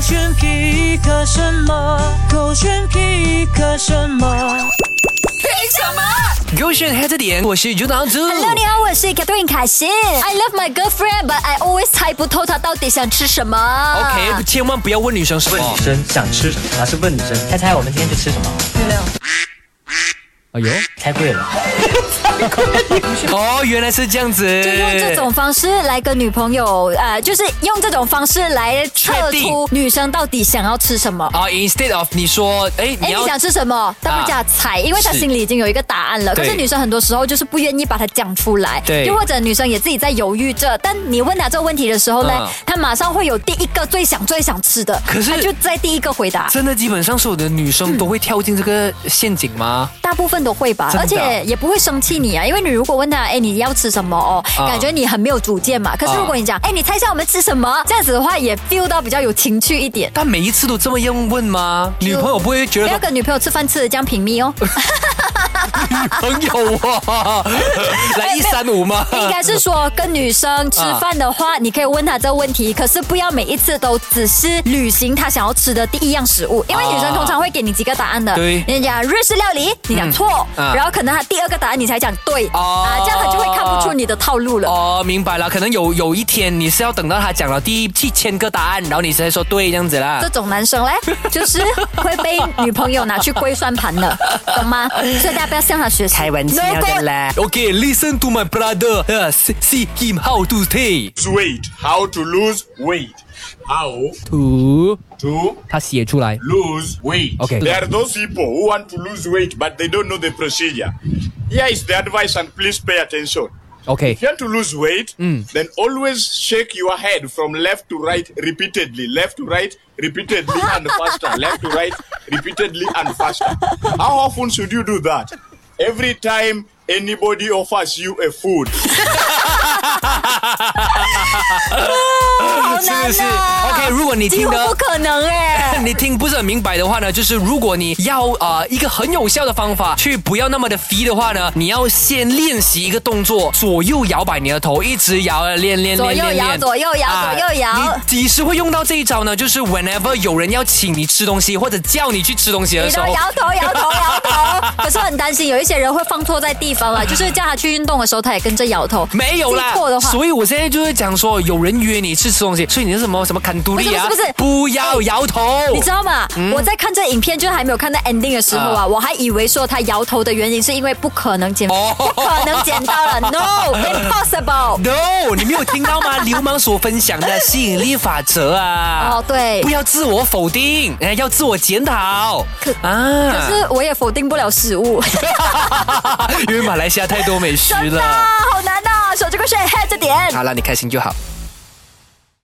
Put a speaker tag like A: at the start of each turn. A: 选皮克什么？狗选皮克什么？
B: 勾选黑着点，我是 Jun 王
C: Hello，你好，我是 Catherine 凯欣。I love my girlfriend，but I always 猜不透她到底想吃什么。
B: OK，千万不要问女生什
D: 问
B: 么
D: 女。生想吃什么，而是问女生，猜猜我们今天去吃什么？
B: 哎呦，
D: 猜对了。
B: 哦，原来是这样子。
C: 就用这种方式来跟女朋友，呃，就是用这种方式来测
B: 确定
C: 出女生到底想要吃什么。
B: 啊，instead of 你说，
C: 哎，
B: 哎，你要啊
C: 你想吃什么？他不叫猜，因为他
B: 是
C: 心里已经有一个答案了。可
B: 对
C: 是女生很多时候就是不愿意把它讲出来，
B: 对
C: 又或者女生也自己在犹豫着。但你问她这个问题的时候呢
B: 嗯，
C: 她马上会有第一个最想最想吃的，
B: 可是
C: 她就在第一个回答。
B: 真的基本上所有的女生都会跳进这个陷阱吗？
C: 大部分都会吧，
B: 真的啊
C: 而且也不会生气你啊，因为你如果问他，哎，你要吃什么哦，
B: 啊
C: 感觉你很没有主见嘛。可是
B: 啊
C: 如果你讲，哎，你猜一下我们吃什么，这样子的话也 feel 到比较有情趣一点。
B: 但每一次都这么样问吗？女朋友不会觉
C: 不
B: 得
C: 要
B: 说
C: 跟女朋友吃饭吃的这样平 密哦，
B: 朋友 啊，来一三五吗？
C: 应该是说跟女生吃饭的话，你可以问她这个问题，可是不要每一次都只是履行她想要吃的第一样食物，因为
B: 啊
C: 女生通常会给你几个答案的，
B: 对
C: 人家日式料理，你讲错，
B: 啊
C: 然后可能她第二个答案你才讲对，
B: 哦
C: 啊，这样她就会看不出你的套路了。
B: 哦，明白了，可能有有一天你是要等到他讲了第一七千个答案，然后你才说对这样子啦
C: 这。种男 生嘞，就是会被女朋友拿去跪算盘的，懂吗？所以大家不要向他学习。
D: 开玩笑
C: 如
D: 的
C: 果
D: 啦。
B: Okay, listen to my brother. Uh, see- see him how to say.
E: lose weight. How to lose weight. How
B: To，
E: to
B: 他写出来。
E: lose weight.
B: Okay.
E: There are those people who want to lose weight, but they don't know the procedure. Here is the advice, and please pay attention.
B: OK，
E: If you want to lose weight, then always shake your head from left to right repeatedly, left to right repeatedly and faster, left to right repeatedly and faster. How often should you do that? Every time anybody offers you a food.
C: 好
B: 是不是
C: 难啊
B: ？OK，如果你
C: 几
B: 听
C: 乎
B: 得
C: 不可能哎、
B: 你听不是很明白的话呢，就是如果你要呃一个很有效的方法去不要那么的肥的话呢，你要先练习一个动作，左右摇摆你的头，一直摇练练练
C: 左
B: 练
C: 右
B: 练，
C: 摇左右摇
B: 啊
C: 左右摇
B: 你几时会用到这一招呢？就是 whenever 有人要请你吃东西或者叫你去吃东西的
C: 你
B: 时
C: 都
B: 候。
C: 摇头摇头摇头，可是我很担心有一些人会放错在地方 啊，就是叫他去运动的时候，他也跟着摇头。
B: 没有啦
C: 记错的，话，
B: 所以我现在就是讲说，有人约你去吃东西，所以你是什么什么坎独立啊？
C: 不是不是
B: 不要摇头。
C: 你知道吗？我在看这影片，就是还没有看到 ending 的时候啊，
B: 嗯啊
C: 我还以为说他摇头的原因是因为不可能捡，
B: 哦
C: 不可能捡到了 ，no，impossible。
B: No，你没有听 到吗？流氓所分享的吸引力法则啊！
C: 哦对
B: 不要自我否定，哎，要自我检讨
C: 可
B: 啊！
C: 可是我也否定不了食物，
B: 因为马来西亚太多美食
C: 真的
B: 了。
C: 好难啊！手这个是 head 着点。
B: 好了，你开心就好。